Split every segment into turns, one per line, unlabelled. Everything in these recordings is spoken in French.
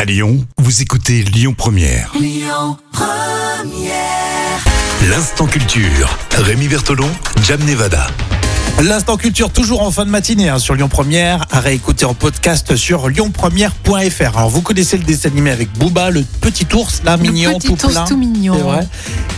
À Lyon, vous écoutez Lyon Première. Lyon Première. L'instant culture. Rémi Bertolon, Jam Nevada.
L'instant culture toujours en fin de matinée hein, sur Lyon Première, à réécouter en podcast sur lyonpremière.fr. Alors vous connaissez le dessin animé avec Booba, le petit ours là mignon
le petit
tout
ours
plein.
tout mignon.
C'est vrai.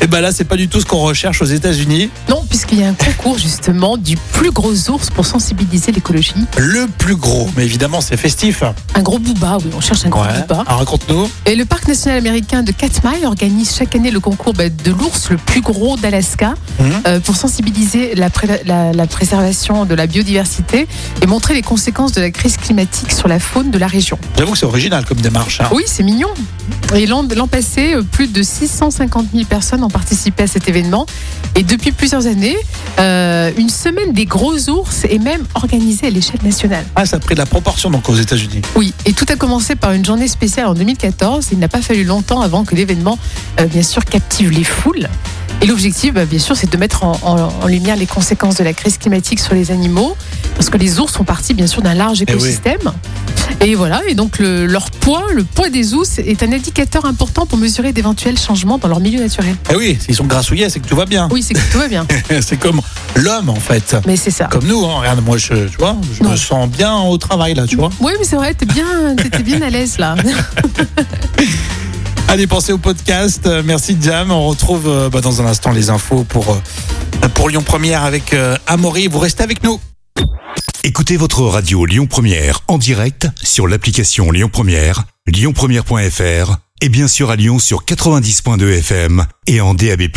Et ben là c'est pas du tout ce qu'on recherche aux États-Unis.
Non, puisqu'il y a un concours justement du plus gros ours pour sensibiliser l'écologie.
Le plus gros, mais évidemment c'est festif.
Un gros booba, oui, on cherche un gros booba.
Alors, raconte-nous.
Et le parc national américain de Katmai organise chaque année le concours bah, de l'ours le plus gros d'Alaska
Mhm.
euh, pour sensibiliser la, pré- la- la préservation de la biodiversité et montrer les conséquences de la crise climatique sur la faune de la région.
J'avoue que c'est original comme démarche. hein.
Oui, c'est mignon. Et l'an l'an passé, euh, plus de 650 000 personnes ont participé à cet événement. Et depuis plusieurs années, euh, une semaine des gros ours est même organisée à l'échelle nationale.
Ah ça a pris de la proportion donc aux États-Unis.
Oui, et tout a commencé par une journée spéciale en 2014. Il n'a pas fallu longtemps avant que l'événement, euh, bien sûr, captive les foules. Et l'objectif, bah, bien sûr, c'est de mettre en, en- en lumière les conséquences de la crise climatique sur les animaux, parce que les ours sont partis, bien sûr, d'un large
Eh oui.
écosystème. Et voilà, et donc le- leur poids, le poids des ours est un indicateur important pour mesurer d'éventuels changements dans leur milieu naturel.
Eh oui, s'ils sont grassouillés, c'est que tout va bien.
Oui, c'est que tout va bien,
c'est comme l'homme en fait.
mais c'est ça.
Comme nous, hein. regarde, moi je, tu vois, je
Non.
me sens bien au travail là, tu vois.
Oui, mais c'est vrai, t'es bien, t'étais bien à l'aise là.
Allez, pensez au podcast. Euh, Merci Jam. On retrouve euh, bah, dans un instant les infos pour, euh, pour Lyon Première avec euh, Amaury. Vous restez avec nous.
Écoutez votre radio Lyon Première en direct sur l'application Lyon Première, lyonpremière.fr et bien sûr à Lyon sur 90.2 FM et en DAB+.